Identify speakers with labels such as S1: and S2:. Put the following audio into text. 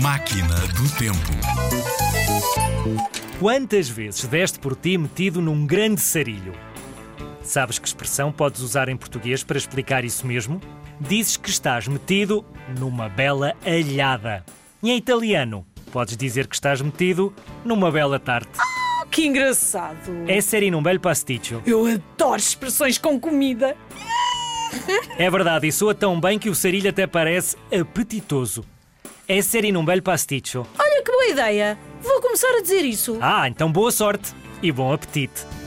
S1: Máquina do Tempo.
S2: Quantas vezes deste por ti metido num grande sarilho? Sabes que expressão podes usar em português para explicar isso mesmo? Dizes que estás metido numa bela alhada. E em italiano, podes dizer que estás metido numa bela tarte.
S3: Que engraçado!
S2: Essere in un bel pasticcio.
S3: Eu adoro expressões com comida.
S2: É verdade, e soa tão bem que o sarilho até parece apetitoso. Essere in un bel pasticcio.
S3: Olha que boa ideia! Vou começar a dizer isso.
S2: Ah, então boa sorte e bom apetite.